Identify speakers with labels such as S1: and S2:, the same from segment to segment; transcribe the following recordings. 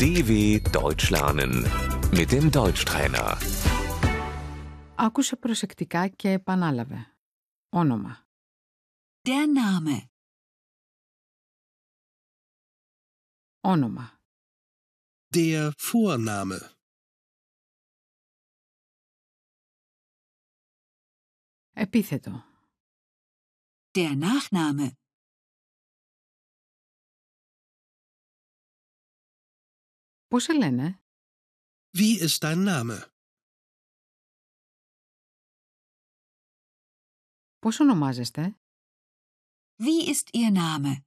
S1: DW Deutsch lernen mit dem Deutschtrainer.
S2: Άκουσε προσεκτικά και επανάλαβε. Όνομα.
S3: Der Name.
S2: Όνομα.
S4: Der Vorname.
S2: Επίθετο.
S3: Der Nachname.
S2: Πώς σε λένε?
S4: Wie ist dein Name?
S2: Πώς ονομάζεστε?
S3: Wie ist Ihr Name?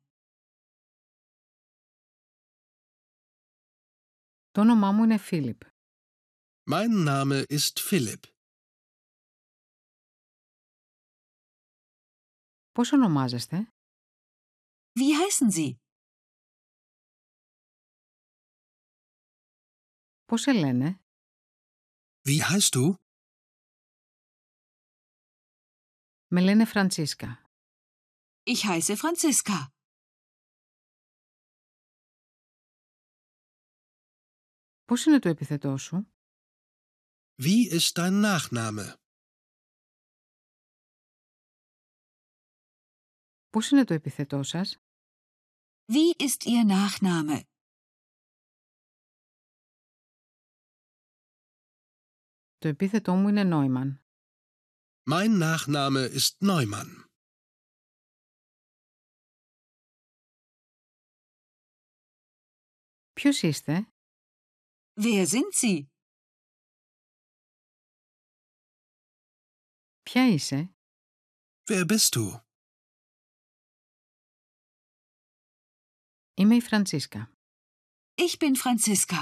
S2: Το όνομά μου είναι Φίλιπ.
S4: Mein Name ist Philipp.
S2: Πώς ονομάζεστε?
S3: Wie heißen Sie?
S2: Πώς σε λένε?
S4: Wie heißt du?
S2: Με λένε Φραντσίσκα.
S3: Ich heiße Franziska.
S2: Πώς είναι το επιθετό σου?
S4: Wie ist dein Nachname?
S2: Πώς είναι το επιθετό σας?
S3: Wie ist Ihr Nachname?
S2: Το επίθετό μου είναι Νόημαν.
S4: Mein Nachname ist Neumann.
S2: Ποιος είστε?
S3: Wer sind Sie?
S2: Ποια είσαι?
S4: Wer bist du?
S2: Είμαι η Φραντσίσκα.
S3: Ich bin Franziska.